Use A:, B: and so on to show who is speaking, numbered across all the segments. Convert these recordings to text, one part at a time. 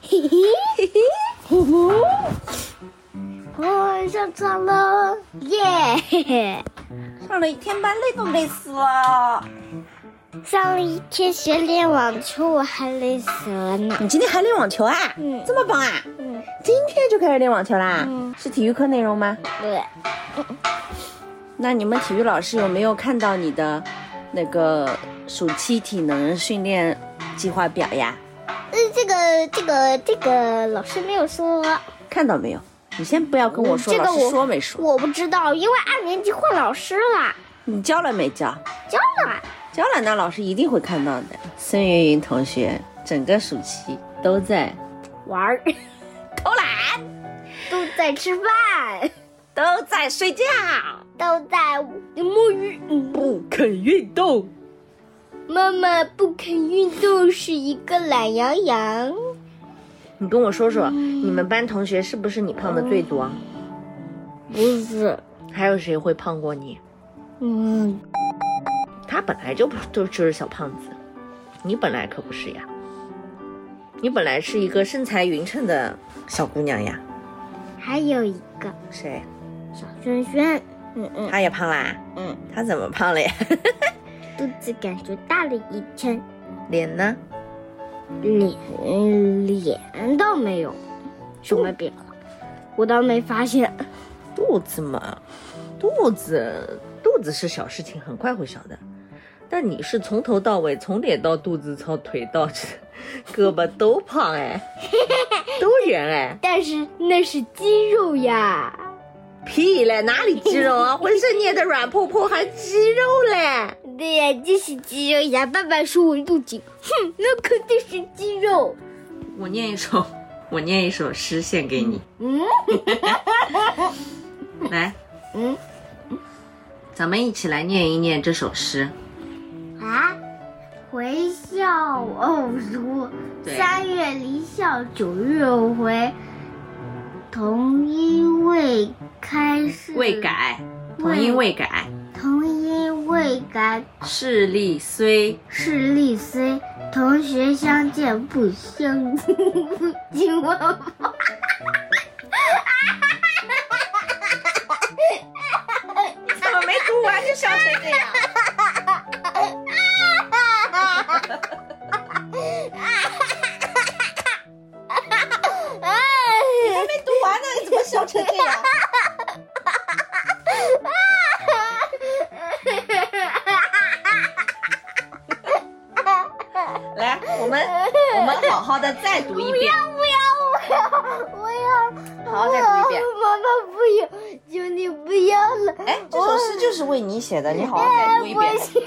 A: 嘿嘿嘿嘿嘿， 我上床喽，耶！嘿嘿
B: 上了一天班，累都累死了。
A: 上了一天学练网球，我还累死了呢。
B: 你今天还练网球啊？
A: 嗯
B: 这么棒啊！
A: 嗯，
B: 今天就开始练网球啦？
A: 嗯
B: 是体育课内容吗？
A: 对，
B: 那你们体育老师有没有看到你的那个暑期体能训练计划表呀？
A: 嗯，这个这个这个老师没有说，
B: 看到没有？你先不要跟嗯我说，
A: 这个
B: 老师
A: 我
B: 说没说？
A: 我不知道，因为二年级换老师了，
B: 你交了没交？
A: 交了。
B: 交了，那老师一定会看到的。孙云云同学，整个暑期都在
A: 玩儿，
B: 偷懒，
A: 都在吃饭，啊
B: 都在睡觉，
A: 都在摸鱼。嗯
B: 不肯运动。
A: 妈妈不肯运动是一个懒羊羊。
B: 你跟我说说，你们班同学是不是你胖的最多？
A: 不是，
B: 还有谁会胖过你？
A: 嗯，
B: 他本来就不就就是小胖子，你本来可不是呀，你本来是一个身材匀称的小姑娘呀。
A: 还有一个
B: 谁？
A: 小轩轩，嗯嗯
B: 她也胖啦？
A: 嗯，
B: 她怎么胖了呀？
A: 肚子感觉大了一圈，
B: 脸呢？
A: 脸脸倒没有什么变化，我倒没发现。
B: 肚子嘛，肚子肚子是小事情，很快会小的。但你是从头到尾，从脸到肚子，从腿到 胳膊都胖哎，都圆哎，
A: 但是那是肌肉呀，
B: 屁嘞，哪里肌肉 啊？浑身捏的软扑扑，还肌肉嘞？
A: 对呀，就是肌肉呀。爸爸说我肚子，哼，那肯定是肌肉。
B: 我念一首， 我念一首诗献给你，
A: 嗯
B: 来，
A: 嗯
B: 咱们一起来念一念这首诗。
A: 啊，回校偶读，
B: 对
A: 三月离校，九月回。同音未开是
B: 未，改，同音未改，
A: 同音未改
B: 势力虽
A: 视力虽同学相见不相 不相忘。
B: 怎么没读啊完就笑成这样？没 读完呢，你怎么笑成这 样？来，我们我们好好的再读一遍，
A: 不要不要不要！
B: 好好再读一遍。
A: 妈妈不要，求你不要了。
B: 哎，这首诗就是为你写的，你好好再读一遍
A: 不。行，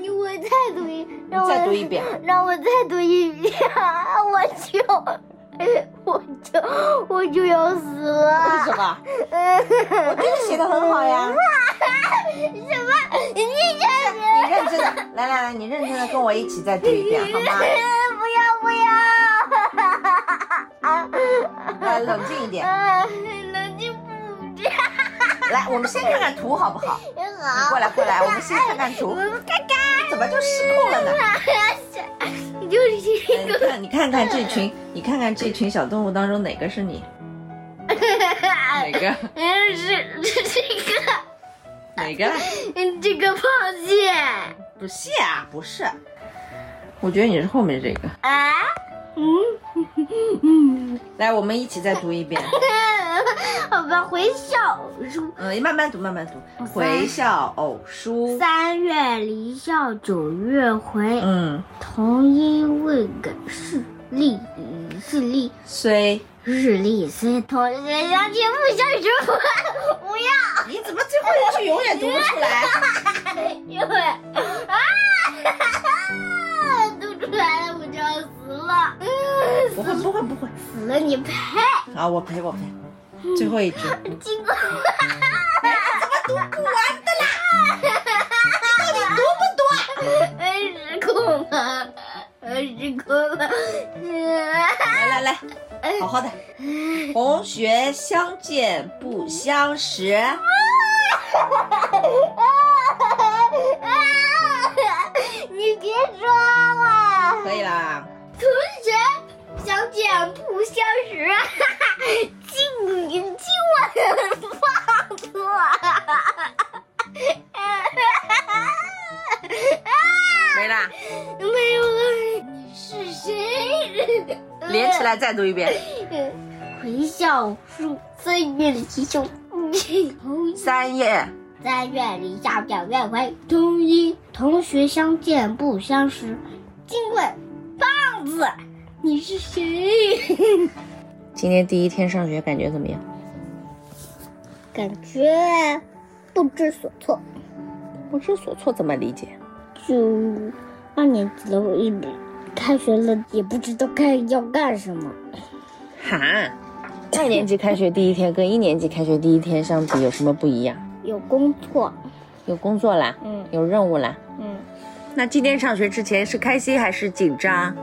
A: 你我你我再读一，让我
B: 再读一遍，
A: 让我再读一遍， 我就 我就我就要死
B: 为
A: 了。
B: 什么？我觉得写的很好呀。
A: 什么？你这人
B: 你认真的，来来来，你认真的跟我一起再读一遍，好吗？
A: 不要不要！
B: 来，冷静一点。
A: 啊，冷静不这样
B: 来，我们先看看图好不好？你
A: 好。
B: 过来过来，我们先看看图。怎么就失控了呢？
A: 就是这
B: 哎你看，你看看这群，你看看这群小动物当中哪个是你？哪
A: 个，
B: 个？
A: 嗯，是是这个，
B: 哪个？
A: 嗯，这个螃蟹
B: 不是啊，不是。我觉得你是后面这个。
A: 啊，
B: 来，我们一起再读一遍。
A: 好吧，回校书。
B: 嗯，慢慢读，慢慢读。回校偶书。
A: 三月离校，九月回，
B: 嗯，
A: 同音未改，是力是力。
B: 虽。
A: 日历虽同学相见不相识，不不要，
B: 你怎么最后一句永远读不出来？
A: 因为啊，读出来了我就要死了，嗯，
B: 不会，不会，不会。
A: 死了你呸！
B: 好，我赔，我赔。最后一句。
A: 经过失控了，失控了，嗯
B: 来来来，好好的。同学相见不相识，
A: 啊！你别抓了，
B: 可以啦。
A: 同学消食，哈哈， 今今晚放错，
B: 没啦，
A: 没有了，你是谁？
B: 连起来再读一遍。
A: 回小树，三月里起秀，红
B: 三叶
A: 三月里下表愿为中医，同学相见不相识。金贵，胖子，你是谁？
B: 今天第一天上学感觉怎么样？
A: 感觉不知所措。
B: 不知所措，怎么理解？
A: 就二年级了，我一开学了也不知道该要干什么。
B: 哈，二年级开学第一天跟一年级开学第一天相比有什么不一样？
A: 有工作，
B: 有工作啦，
A: 嗯
B: 有任务啦。
A: 嗯，
B: 那今天上学之前是开心还是紧张？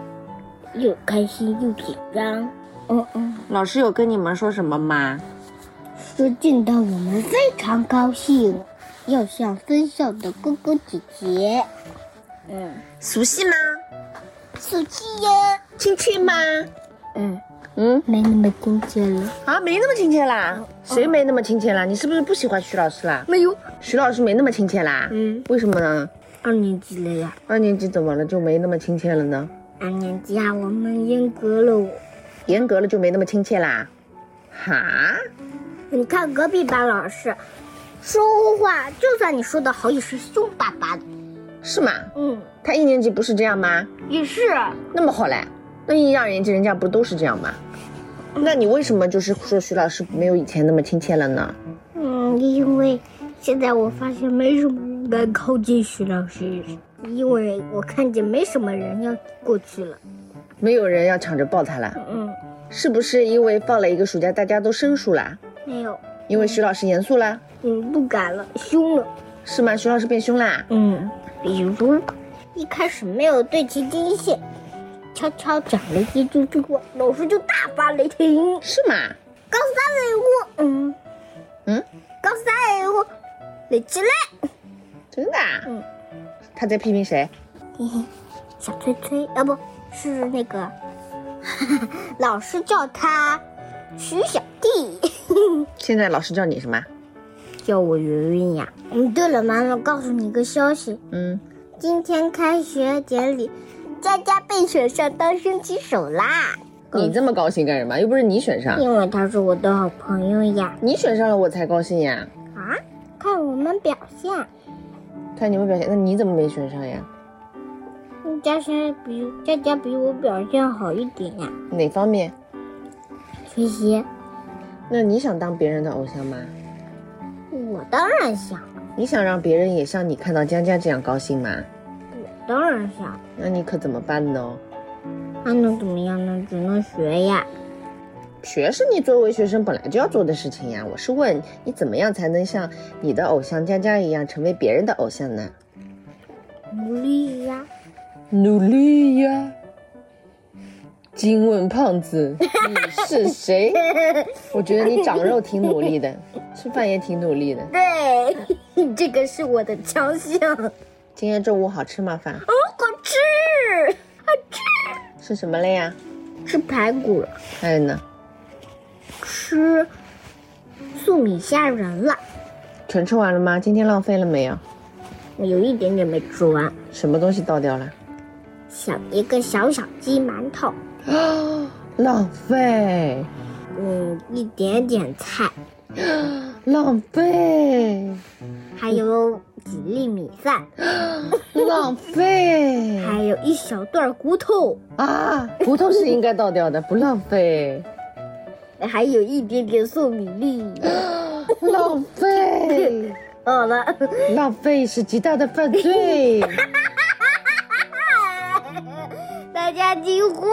A: 又开心又紧张。嗯嗯，
B: 老师有跟你们说什么吗？
A: 说见到我们非常高兴，要像分校的哥哥姐姐。嗯，
B: 熟悉吗？
A: 暑期呀，
B: 亲切吗？
A: 嗯，
B: 嗯
A: 没那么亲切了。
B: 啊，没那么亲切啦。谁没那么亲切啦？你是不是不喜欢徐老师啦？
A: 没有，
B: 徐老师没那么亲切啦？
A: 嗯，
B: 为什么呢？
A: 二年级了呀。
B: 二年级怎么了就没那么亲切了呢？
A: 二年级啊，我们严格了我。
B: 严格了就没那么亲切啦？哈？
A: 你看隔壁班老师，说话就算你说的好，也是凶巴巴的。
B: 是吗？
A: 嗯，
B: 他一年级不是这样吗？
A: 也是，
B: 那么好嘞，那一二年级人家不都是这样吗？那你为什么就是说徐老师没有以前那么亲切了呢？
A: 嗯，因为现在我发现没什么人敢靠近徐老师，因为我看见没什么人要过去了。
B: 没有人要抢着抱他了，
A: 嗯，
B: 是不是因为放了一个暑假，大家都生疏啦？
A: 没有，
B: 因为徐老师严肃啦，
A: 嗯，不敢了，凶了。
B: 是吗？徐老师变凶啦？
A: 嗯，比如一开始没有对齐第一线，悄悄讲了一句这个，老师就大发雷霆。
B: 是吗？
A: 高三礼物，嗯
B: 嗯，
A: 高三礼物，立起来。
B: 真的、啊？
A: 嗯。
B: 他在批评谁？
A: 嘿嘿，小崔崔啊，不是那个， 老师叫他徐小弟，
B: 现在老师叫你什么？
A: 叫我云云呀。嗯，对了，妈妈告诉你个消息，
B: 嗯，
A: 今天开学典礼，佳佳被选上当升旗手啦，
B: 你这么高兴干嗯什么？又不是你选上，
A: 因为她是我的好朋友呀。
B: 你选上了我才高兴呀。
A: 啊，看我们表现，
B: 看你们表现，那你怎么没选上呀？
A: 佳佳比佳佳比我表现好一点呀，
B: 哪方面？
A: 学习。
B: 那你想当别人的偶像吗？
A: 我当然想，
B: 你想让别人也像你看到佳佳这样高兴吗？
A: 我当然想，
B: 那你可怎么办呢？
A: 那能怎么样呢？只能学呀。
B: 学是你作为学生本来就要做的事情呀。我是问你怎么样才能像你的偶像佳佳一样成为别人的偶像呢？
A: 努力呀！
B: 努力呀！金问胖子，你是 谁？我觉得你长肉挺努力的，吃饭也挺努力的。
A: 对， 这个是我的强项，好
B: 今天中午好吃吗？
A: 好
B: 饭
A: 吃，好
B: 是什么了呀？
A: 吃。吃排骨了，
B: 还有呢？
A: 吃素米虾仁了，
B: 全吃完了吗？今天浪费了没有？
A: 我有一点点没吃完。
B: 什么东西倒掉了？
A: 小一个小小鸡馒头，
B: 啊，浪费，
A: 嗯，一点点菜，
B: 浪费，
A: 还有几粒米饭，
B: 浪费
A: 还有一小段骨头，
B: 啊！骨头是应该倒掉的，不浪费，
A: 还有一点点粟米粒。
B: 浪费，
A: 好了，
B: 浪费是极大的犯罪。
A: 大家惊呼。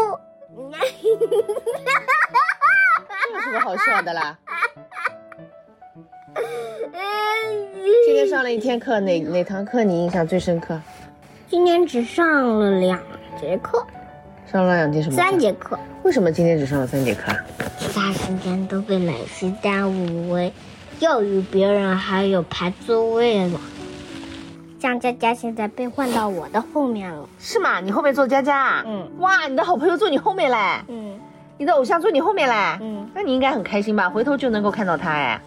B: 这有什么好笑的啦？ 今天上了一天课，哪哪堂课你印象最深刻？
A: 今天只上了两节课，
B: 上了两节什么？
A: 三。节课，
B: 为什么今天只上了三节课啊？
A: 其他时间都被老师耽误为教育别人，还有排座位了。像佳佳现在被换到我的后面了，
B: 是吗？你后面坐佳佳？
A: 嗯。
B: 哇，你的好朋友坐你后面嘞！
A: 嗯，
B: 你的偶像坐你后面嘞，
A: 嗯，
B: 那你应该很开心吧？回头就能够看到他哎，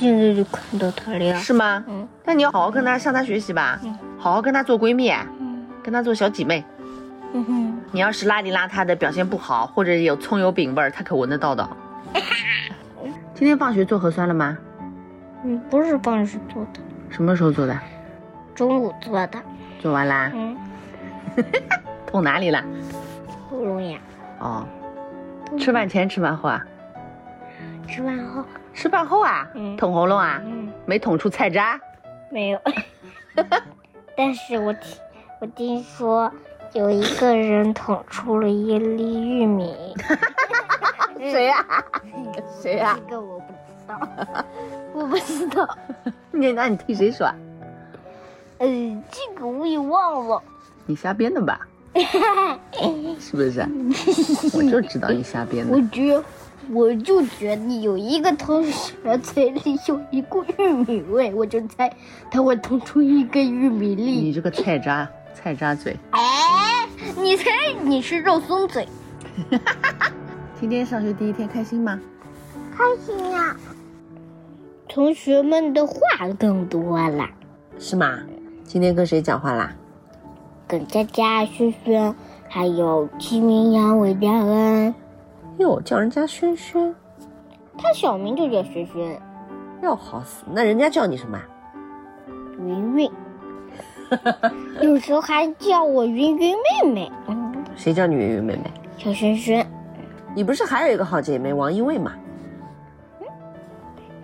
A: 现在就看到他了呀。
B: 是吗？
A: 嗯
B: 那你要好好跟他向他学习吧，
A: 嗯
B: 好好跟他做闺蜜，
A: 嗯
B: 跟他做小姐妹。
A: 嗯哼，
B: 你要是邋里邋遢的，表现不好，或者有葱油饼味儿，他可闻得到的。 今天放学做核酸了吗？
A: 嗯，不是帮时做的，
B: 什么时候做的？
A: 中午做的。
B: 做完啦？
A: 嗯，
B: 痛哪里啦？
A: 喉咙痒。
B: 哦，吃饭前吃饭后啊？
A: 吃饭后，
B: 吃饭后啊？
A: 嗯
B: 捅喉咙啊？
A: 嗯，
B: 没捅出菜渣？
A: 没有。但是我听我听说有一个人捅出了一粒玉米，
B: 谁啊呀、谁啊呀、
A: 这个我不知道，我不知道。
B: 你那你替谁说啊？
A: 嗯，这个我也忘 了。
B: 你瞎编的 吧？是不是？我就知道你瞎编
A: 我
B: 的。
A: 觉我就觉得有一个同学嘴里有一股玉米味，我就猜他会捅出一个玉米粒。
B: 你这个菜渣，菜渣嘴！
A: 哎，你猜你是肉松嘴？
B: 今天上学第一天开心吗？
A: 开心呀、同学们的话更多了，
B: 是吗？今天跟谁讲话啦？
A: 耿佳佳、轩轩，还有齐明阳、韦佳恩，
B: 哟，叫人家轩轩，
A: 他小名就叫轩轩，
B: 要好死。那人家叫你什么？啊
A: 云云，有时候还叫我云云妹妹，嗯，
B: 谁叫你云云妹妹？
A: 小轩轩。
B: 你不是还有一个好姐妹王一卫吗？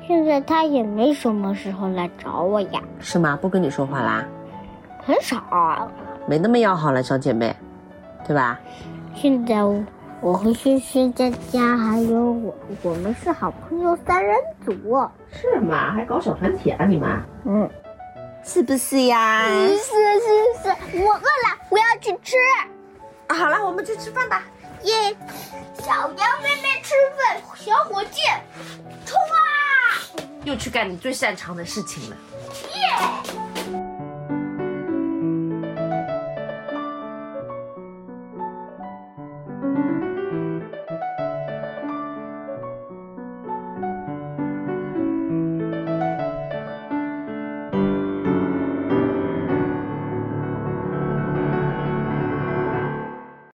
A: 现在他也没什么时候来找我呀，
B: 是吗？不跟你说话啦？
A: 很少啊。
B: 没那么要好了，小姐妹，对吧？
A: 现在我我和轩轩、佳佳还有我，我们是好朋友三人组。
B: 是吗？还搞小团体啊你们？
A: 嗯，
B: 是不是呀？
A: 是是是，我饿了，我要去吃。
B: 啊，好了，我们去吃饭吧。
A: 耶！小羊妹妹吃饭，小火箭，冲啊！
B: 又去干你最擅长的事情了。
A: 耶！